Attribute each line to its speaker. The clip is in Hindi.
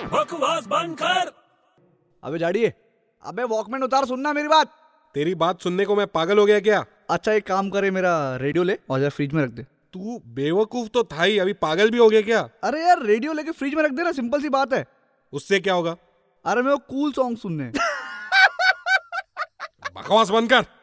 Speaker 1: आवाज बंद कर
Speaker 2: अबे जाड़िए अबे वॉकमैन उतार सुनना मेरी बात
Speaker 3: तेरी बात सुनने को मैं पागल हो गया क्या
Speaker 2: अच्छा एक काम करे मेरा रेडियो ले और जरा फ्रिज में रख दे
Speaker 3: तू बेवकूफ तो था ही अभी पागल भी हो गया क्या
Speaker 2: अरे यार रेडियो लेके फ्रिज में रख दे ना सिंपल सी बात है
Speaker 3: उससे क्या होगा
Speaker 2: अरे मेरे को कूल सॉन्ग सुनने हैं।
Speaker 3: बकवास बंद कर